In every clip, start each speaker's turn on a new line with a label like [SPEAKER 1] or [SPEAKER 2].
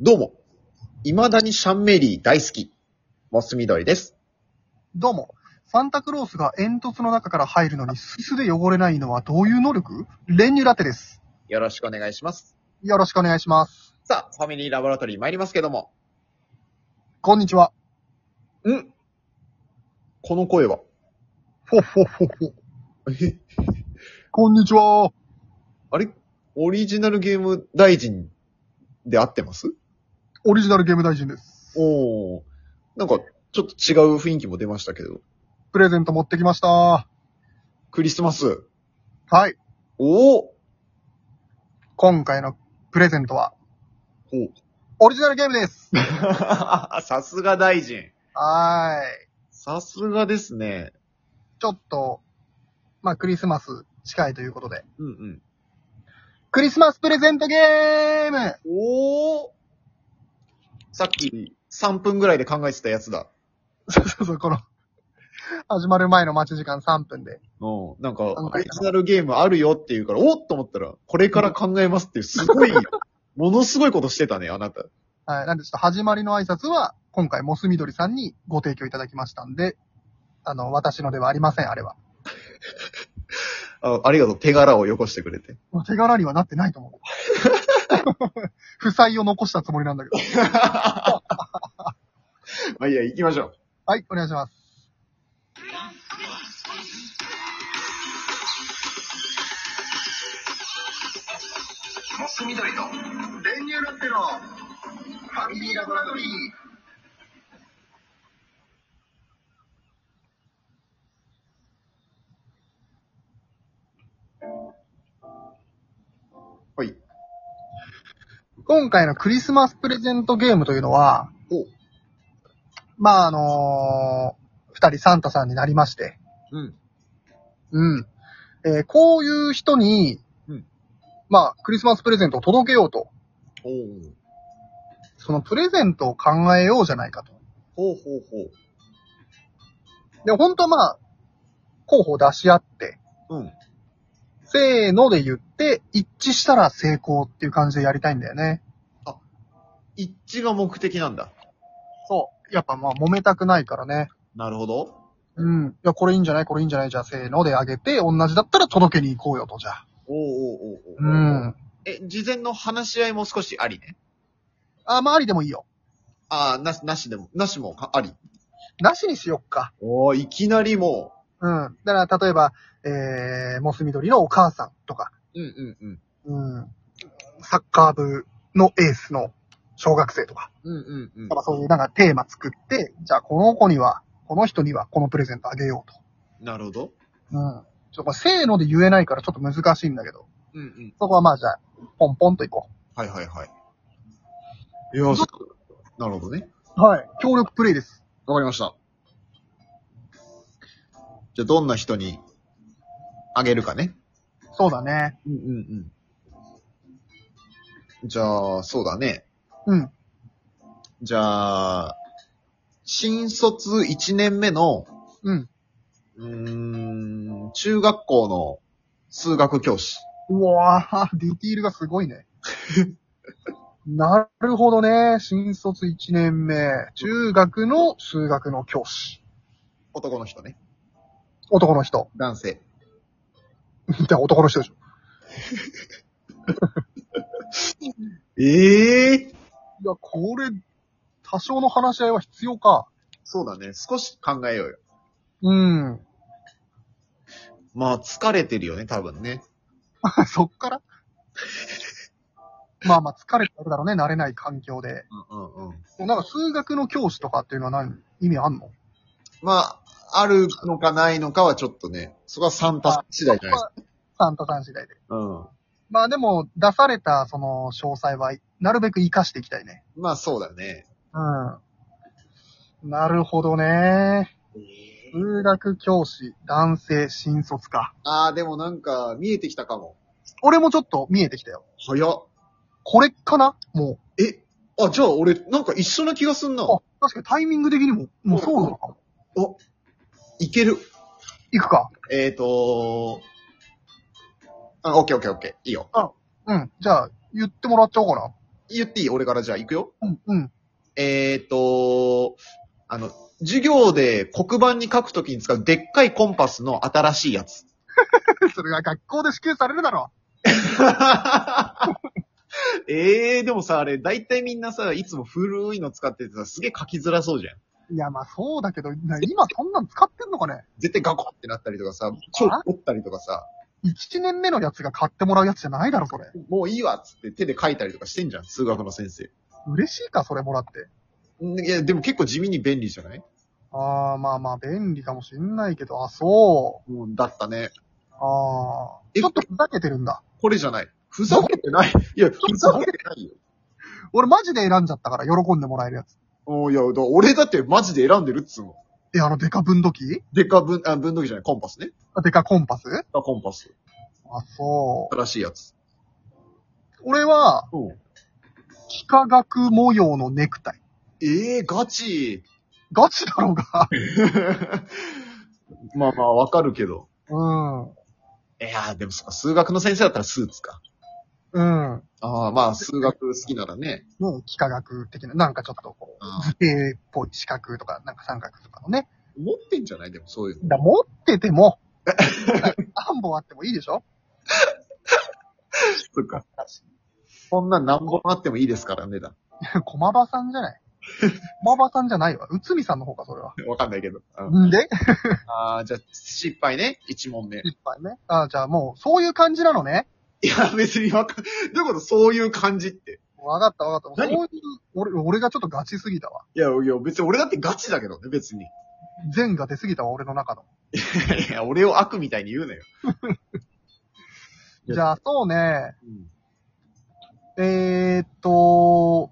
[SPEAKER 1] どうも。未だにシャンメリー大好き。モス緑です。
[SPEAKER 2] どうも。サンタクロースが煙突の中から入るのにスイスで汚れないのはどういう能力練乳ラテです。
[SPEAKER 1] よろしくお願いします。
[SPEAKER 2] よろしくお願いします。
[SPEAKER 1] さあ、ファミリーラボラトリー参りますけども。
[SPEAKER 2] こんにちは。
[SPEAKER 1] んこの声は。
[SPEAKER 2] ほっほっほっほ。
[SPEAKER 1] え、
[SPEAKER 2] こんにちは。
[SPEAKER 1] あれオリジナルゲーム大臣で合ってます
[SPEAKER 2] オリジナルゲーム大臣です。
[SPEAKER 1] おー。なんか、ちょっと違う雰囲気も出ましたけど。
[SPEAKER 2] プレゼント持ってきました。は
[SPEAKER 1] クリスマス。
[SPEAKER 2] い。
[SPEAKER 1] おー
[SPEAKER 2] 今回のプレゼントは、
[SPEAKER 1] ほう
[SPEAKER 2] オリジナルゲームです。
[SPEAKER 1] さすが大臣。
[SPEAKER 2] はーい。
[SPEAKER 1] さすがですね。
[SPEAKER 2] ちょっと、まあ、クリスマス近いということで。
[SPEAKER 1] うんうん。
[SPEAKER 2] クリスマスプレゼントゲーム
[SPEAKER 1] おーさっき3分ぐらいで考えてたやつだ。
[SPEAKER 2] そうそうそう、この、始まる前の待ち時間3分で。
[SPEAKER 1] うん。なんか、
[SPEAKER 2] 考
[SPEAKER 1] オ
[SPEAKER 2] え
[SPEAKER 1] リ
[SPEAKER 2] た
[SPEAKER 1] ジナルゲームあるよっていうから、おっと思ったら、これから考えますっていう、す ごい、ものすごいことしてたね、あなた。
[SPEAKER 2] はい。なんで、ちょっと始まりの挨拶は、今回、モスみどりさんにご提供いただきましたんで、あの、私のではありません、あれは。
[SPEAKER 1] あありがとう、手柄をよこしてくれて。
[SPEAKER 2] まあ手柄にはなってないと思う。 負債を残したつもりなんだけど。
[SPEAKER 1] まあいいや、行 きましょう。
[SPEAKER 2] はい、お願いします。
[SPEAKER 3] モス緑の練乳ラテのファミリーラボラトリー。
[SPEAKER 1] はい。
[SPEAKER 2] 今回のクリスマスプレゼントゲームというのは、
[SPEAKER 1] おう
[SPEAKER 2] まあ、あのー二人サンタさんになりまして、
[SPEAKER 1] ん。
[SPEAKER 2] うん。えーこういう人に、
[SPEAKER 1] うん
[SPEAKER 2] まあ、クリスマスプレゼントを届けようと、
[SPEAKER 1] おう
[SPEAKER 2] そのプレゼントを考えようじゃないかと。
[SPEAKER 1] ほうほうほ
[SPEAKER 2] で、本当はまあ、候補を出し合って、
[SPEAKER 1] う。うん。
[SPEAKER 2] せーので言って、一致したら成功っていう感じでやりたいんだよね。
[SPEAKER 1] 一致が目的なんだ。
[SPEAKER 2] そう。やっぱまあ、揉めたくないからね。
[SPEAKER 1] なるほど。
[SPEAKER 2] うん。いや、これいいんじゃないこれいいんじゃないじゃあ、せーのであげて、同じだったら届けに行こうよと、じゃあ。
[SPEAKER 1] おうおうおうおう
[SPEAKER 2] うん。
[SPEAKER 1] え、事前の話し合いも少しありね。
[SPEAKER 2] あ、まあ、ありでもいいよ。
[SPEAKER 1] ああ、なし、なしでも、なしもかあり。
[SPEAKER 2] なしにしよっか。
[SPEAKER 1] おーいきなりも
[SPEAKER 2] うん。だから、例えば、えー、モス緑のお母さんとか、
[SPEAKER 1] う。うんうんうん。
[SPEAKER 2] うん。サッカー部のエースの小学生とか。
[SPEAKER 1] うんうんうん。
[SPEAKER 2] まあそういうなんかテーマ作って、じゃあこの子には、この人にはこのプレゼントあげよう
[SPEAKER 1] なるほど。
[SPEAKER 2] と。うん。ちょっとこれせーので言えないからちょっと難しいんだけど、
[SPEAKER 1] うんうん。
[SPEAKER 2] そこはまあじゃあ、ポンポンといこ
[SPEAKER 1] はいはいはい。いや、そなるほどね。
[SPEAKER 2] う。はい。協力プレイです。
[SPEAKER 1] わかりました。じゃあ、どんな人にあげるかね。
[SPEAKER 2] そうだね。
[SPEAKER 1] うんうんうん。じゃあ、そうだね。
[SPEAKER 2] うん。
[SPEAKER 1] じゃあ、新卒1年目の、
[SPEAKER 2] うん。
[SPEAKER 1] うーん、中学校の数学教師。
[SPEAKER 2] うわぁ、ディティールがすごいね。 なるほどね。新卒1年目。中学の数学の教師。
[SPEAKER 1] 男の人ね。
[SPEAKER 2] 男の人。
[SPEAKER 1] 男性。
[SPEAKER 2] じゃあ男の人でしょ。
[SPEAKER 1] ええ
[SPEAKER 2] いや、これ、多少の話し合いは必要か。
[SPEAKER 1] そうだね。少し考えようよ。
[SPEAKER 2] うん。
[SPEAKER 1] まあ、疲れてるよね、多分ね。
[SPEAKER 2] そっから まあまあ疲れてるだろうね、慣れない環境で。
[SPEAKER 1] うんうんうん。
[SPEAKER 2] なんか数学の教師とかっていうのは何意味あんの
[SPEAKER 1] まあ、あるのかないのかはちょっとね、そこはサンタ次第じゃないですか。
[SPEAKER 2] サンタさん次第で。
[SPEAKER 1] うん。
[SPEAKER 2] まあでも、出されたその詳細は、なるべく活かしていきたいね。
[SPEAKER 1] まあ、そうだね。
[SPEAKER 2] うん。なるほどね。数学教師、男性、新卒か。
[SPEAKER 1] ああ、でもなんか、見えてきたかも。
[SPEAKER 2] 俺もちょっと見えてきたよ。
[SPEAKER 1] 早っ。
[SPEAKER 2] これかなも
[SPEAKER 1] えあ、じゃあ俺、なんか一緒な気がすんな。
[SPEAKER 2] う。あ、確かにタイミング的にも、もうそうなのかも。
[SPEAKER 1] いける。
[SPEAKER 2] いくか。
[SPEAKER 1] えーとー。あ、オッケーオッケーオッケー。いいよ。
[SPEAKER 2] うん。じゃあ、言ってもらっちゃおうかな。
[SPEAKER 1] 言っていい俺からじゃあ行くよ。
[SPEAKER 2] うん、うん。
[SPEAKER 1] えーっと、あの、授業で黒板に書くときに使うでっかいコンパスの新しいやつ。
[SPEAKER 2] それが学校で支給されるだろ
[SPEAKER 1] ええでもさ、あれ、だいたいみんなさ、いつも古いの使っててさ、すげえ書きづらそうじゃん。
[SPEAKER 2] う。いや、まあそうだけど、な今そんなん使ってんのかね
[SPEAKER 1] 絶対ガコってなったりとかさ、超折ったりとかさ、
[SPEAKER 2] ?1 年目のやつが買ってもらうやつじゃないだろ、それ。
[SPEAKER 1] もういいわっつって手で書いたりとかしてんじゃん、数学の先生。
[SPEAKER 2] 嬉しいか、それもらって。
[SPEAKER 1] んいや、でも結構地味に便利じゃない
[SPEAKER 2] ああ、まあまあ、便利かもしんないけど、あ、そ
[SPEAKER 1] うん、だったね。
[SPEAKER 2] う。ああ。
[SPEAKER 1] え
[SPEAKER 2] ちょっとふざけてるんだ。
[SPEAKER 1] これじゃない。ふざけてない。いや、ふざけてないよ。
[SPEAKER 2] 俺マジで選んじゃったから、喜んでもらえるやつ。
[SPEAKER 1] おいや、だから俺だってマジで選んでるっつうの。
[SPEAKER 2] え、あの、デカ分度器
[SPEAKER 1] でか分、あ、分度器じゃない、コンパスね。
[SPEAKER 2] あデカコンパス
[SPEAKER 1] あコンパス。
[SPEAKER 2] あ、そう。
[SPEAKER 1] 新しいやつ。
[SPEAKER 2] 俺は、
[SPEAKER 1] うん。
[SPEAKER 2] 幾何学模様のネクタイ。
[SPEAKER 1] ええー、ガチ。
[SPEAKER 2] ガチだろうが。
[SPEAKER 1] まあまあ、わかるけど。
[SPEAKER 2] うん。
[SPEAKER 1] いやー、でもそっか、数学の先生だったらスーツか。
[SPEAKER 2] うん。
[SPEAKER 1] ああ、まあ、数学好きならね。
[SPEAKER 2] ね、幾何学的な、なんかちょっとこう、
[SPEAKER 1] あ
[SPEAKER 2] 図形っぽい四角とか、なんか三角とかのね。
[SPEAKER 1] ー持ってんじゃないでもそういうの。
[SPEAKER 2] だ持ってても、 何本あってもいいでしょ
[SPEAKER 1] そっか。そんな何本あってもいいですからね、だ。
[SPEAKER 2] 駒場さんじゃない駒場さんじゃないわ。内海さんの方か、それは。
[SPEAKER 1] わかんないけど。うん
[SPEAKER 2] んで
[SPEAKER 1] ああ、じゃあ、失敗ね。一問目。い
[SPEAKER 2] 一杯ね。あじゃあもう、そういう感じなのね。
[SPEAKER 1] や、別にわかん、どういうことそういう感じって。
[SPEAKER 2] わかったわかった。
[SPEAKER 1] 何
[SPEAKER 2] そういう、俺、俺がちょっとガチすぎたわ。
[SPEAKER 1] いや、いや、別に俺だってガチだけどね、別に。い
[SPEAKER 2] 善が出すぎたわ、俺の中の。
[SPEAKER 1] や、俺を悪みたいに言うなよ。いや
[SPEAKER 2] じゃあ、そうね。
[SPEAKER 1] うん。
[SPEAKER 2] えーっと、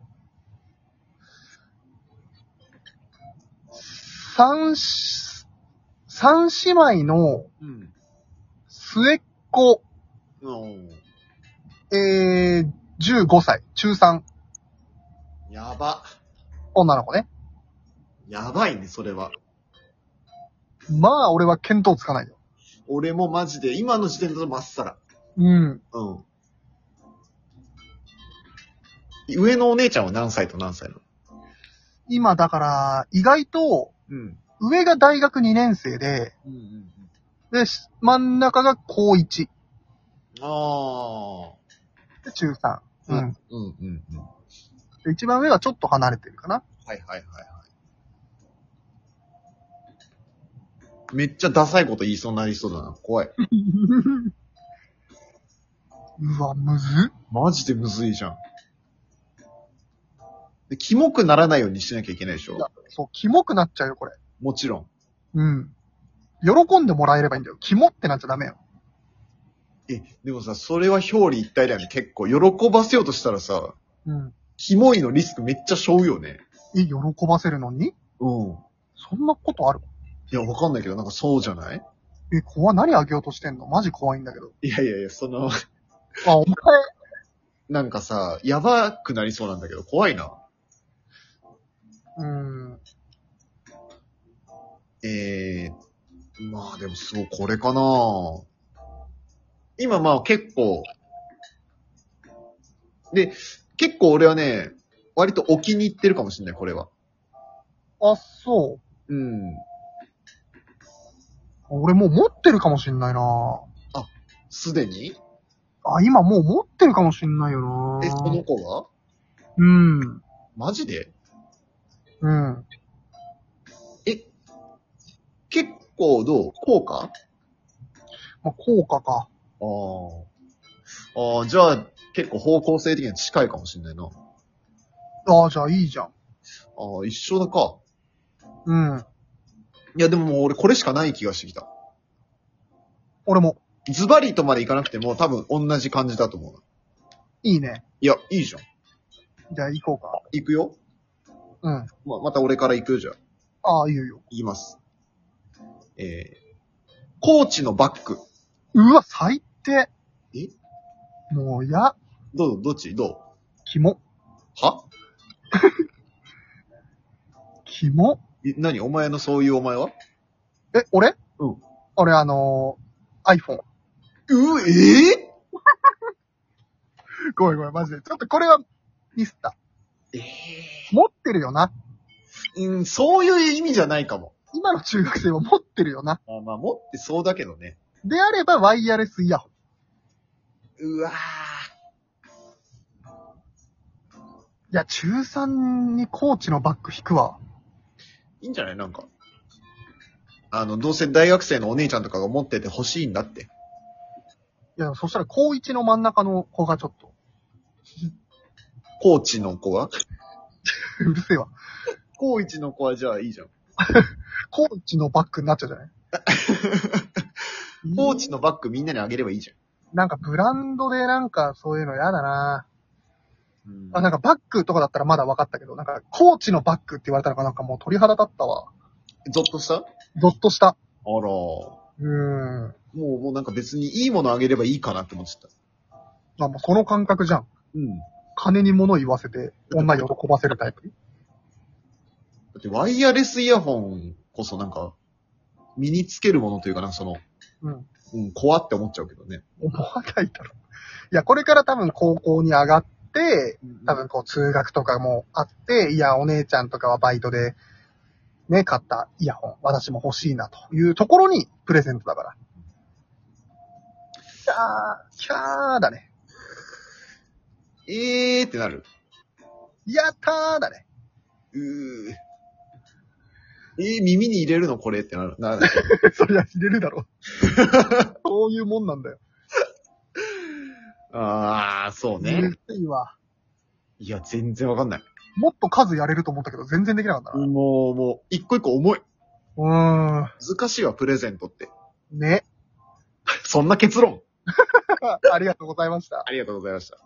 [SPEAKER 2] 三し、三姉妹の
[SPEAKER 1] うん。
[SPEAKER 2] 末っ子、
[SPEAKER 1] うん。
[SPEAKER 2] えー、15歳、中3、
[SPEAKER 1] やば。
[SPEAKER 2] 女の子ね。
[SPEAKER 1] やばいね、それは。
[SPEAKER 2] まあ、俺は見当つかないよ。
[SPEAKER 1] 俺もマジで、今の時点だとまっさら。
[SPEAKER 2] うん。
[SPEAKER 1] うん。上のお姉ちゃんは何歳と何歳なの
[SPEAKER 2] 今、だから、意外と、
[SPEAKER 1] うん。
[SPEAKER 2] 上が大学2年生で、
[SPEAKER 1] うんうんうん。
[SPEAKER 2] で、し真ん中が高1、
[SPEAKER 1] ああ。
[SPEAKER 2] で中3。う。
[SPEAKER 1] うんうんうんうん。
[SPEAKER 2] で一番上はちょっと離れてるか な。
[SPEAKER 1] はいはいはいはい。めっちゃダサいこと言いそうになりそうだな。怖い。
[SPEAKER 2] うわ、むずっ。
[SPEAKER 1] マジでむずいじゃん。で、キモくならないようにしなきゃいけないでしょ
[SPEAKER 2] そう、キモくなっちゃうよ、これ。
[SPEAKER 1] もちろん。
[SPEAKER 2] うん。喜んでもらえればいいんだよ。キモってなっちゃダメよ。
[SPEAKER 1] え、でもさ、それは表裏一体だよね。結構、喜ばせようとしたらさ、
[SPEAKER 2] うん。
[SPEAKER 1] キモいのリスクめっちゃ背負うよね。
[SPEAKER 2] え、喜ばせるのに
[SPEAKER 1] うん。
[SPEAKER 2] そんなことある
[SPEAKER 1] いや、わかんないけど、なんかそうじゃない
[SPEAKER 2] え、怖い。何あげようとしてんのマジ怖いんだけど。
[SPEAKER 1] いやいやいや、その、
[SPEAKER 2] あ、お前、
[SPEAKER 1] なんかさ、やばくなりそうなんだけど、怖いな。
[SPEAKER 2] うん。
[SPEAKER 1] えー、まあでもそう、これかな今まあ結構、で、結構俺はね、割とお気に入ってるかもしれない、これは。
[SPEAKER 2] あ、そう。
[SPEAKER 1] うん。
[SPEAKER 2] 俺もう持ってるかもしんないな
[SPEAKER 1] すでに
[SPEAKER 2] あ、今もう持ってるかもしんないよな
[SPEAKER 1] え、その子が
[SPEAKER 2] うん。
[SPEAKER 1] マジで
[SPEAKER 2] うん。
[SPEAKER 1] え、結構どう効果
[SPEAKER 2] まあ、効果か。
[SPEAKER 1] ああ。ああ、じゃあ、結構方向性的には近いかもしれないな。あ
[SPEAKER 2] あじゃあいいじゃん。
[SPEAKER 1] あ、一緒だか。
[SPEAKER 2] うん。
[SPEAKER 1] いや、でももう俺これしかない気がしてきた。
[SPEAKER 2] 俺も、
[SPEAKER 1] ズバリとまでいかなくても多分同じ感じだと思うな。
[SPEAKER 2] いいね。
[SPEAKER 1] いや、いいじゃん。
[SPEAKER 2] じゃあ行こうか。
[SPEAKER 1] 行くよ。
[SPEAKER 2] うん。
[SPEAKER 1] まあ、また俺から行くよ、じゃあ。
[SPEAKER 2] ああ、いいよ。
[SPEAKER 1] 行きます。えー、コーチのバック。
[SPEAKER 2] うわ、最低。
[SPEAKER 1] え
[SPEAKER 2] もう、や、
[SPEAKER 1] どうどっちど
[SPEAKER 2] キモ。
[SPEAKER 1] うは
[SPEAKER 2] キモ。
[SPEAKER 1] え何お前のそういうお前は
[SPEAKER 2] え、俺
[SPEAKER 1] うん。
[SPEAKER 2] 俺、あのー、iPhone。
[SPEAKER 1] うええ
[SPEAKER 2] ごめんごめん、マジで。ちょっとこれは、リスタ。
[SPEAKER 1] え
[SPEAKER 2] 持ってるよな。
[SPEAKER 1] ーうん、そういう意味じゃないかも。
[SPEAKER 2] 今の中学生は持ってるよな。
[SPEAKER 1] あまあ、持ってそうだけどね。
[SPEAKER 2] であれば、ワイヤレスイヤホン。
[SPEAKER 1] うわー
[SPEAKER 2] いや、中3にコーチのバッグ引くわ。
[SPEAKER 1] いいんじゃないなんか。あの、どうせ大学生のお姉ちゃんとかが持ってて欲しいんだって。
[SPEAKER 2] いや、そしたら高1の真ん中の子がちょっと、
[SPEAKER 1] 高知の子は
[SPEAKER 2] うるせえわ。
[SPEAKER 1] 高一の子はじゃあいいじゃん。
[SPEAKER 2] コーチのバッグになっちゃうじゃない
[SPEAKER 1] 高知のバッグみんなにあげればいいじ
[SPEAKER 2] なんかブランドでなんかそういうの嫌だな
[SPEAKER 1] ゃん。うん
[SPEAKER 2] あ、なんかバッグとかだったらまだ分かったけど、なんかコーチのバッグって言われたのがなんかもう鳥肌立ったわ。
[SPEAKER 1] ゾッとしたあら、
[SPEAKER 2] ゾッとした。
[SPEAKER 1] も
[SPEAKER 2] うーん。
[SPEAKER 1] う、もうなんか別にいいものあげればいいかなって思っちゃった。
[SPEAKER 2] あ、もうその感覚じゃん。
[SPEAKER 1] うん。
[SPEAKER 2] 金に物言わせて、女喜ばせるタイプ。
[SPEAKER 1] だってワイヤレスイヤホンこそなんか、身につけるものというかな、その、
[SPEAKER 2] うん。
[SPEAKER 1] うん、怖って思っちゃうけどね。
[SPEAKER 2] 思わないだろ。いや、これから多分高校に上がって、多分こう通学とかもあって、いや、お姉ちゃんとかはバイトで、ね、買ったイヤホン、私も欲しいなというところにプレゼントだから。キャー、キャーだね。
[SPEAKER 1] えーってなる。
[SPEAKER 2] やったーだね。
[SPEAKER 1] うー。えー、耳に入れるのこれってなる。な らない。
[SPEAKER 2] そりゃ入れるだ ろ。そういうもんなんだよ。
[SPEAKER 1] あー、そう
[SPEAKER 2] う
[SPEAKER 1] ね
[SPEAKER 2] る。せえわ。
[SPEAKER 1] いや、全然わかんない。
[SPEAKER 2] もっと数やれると思ったけど、全然できなかったな。
[SPEAKER 1] もう、もう、一個一個重い。
[SPEAKER 2] うーん。
[SPEAKER 1] 難しいわ、プレゼントって。
[SPEAKER 2] ね。
[SPEAKER 1] そんな結論。
[SPEAKER 2] ありがとうございました。
[SPEAKER 1] ありがとうございました。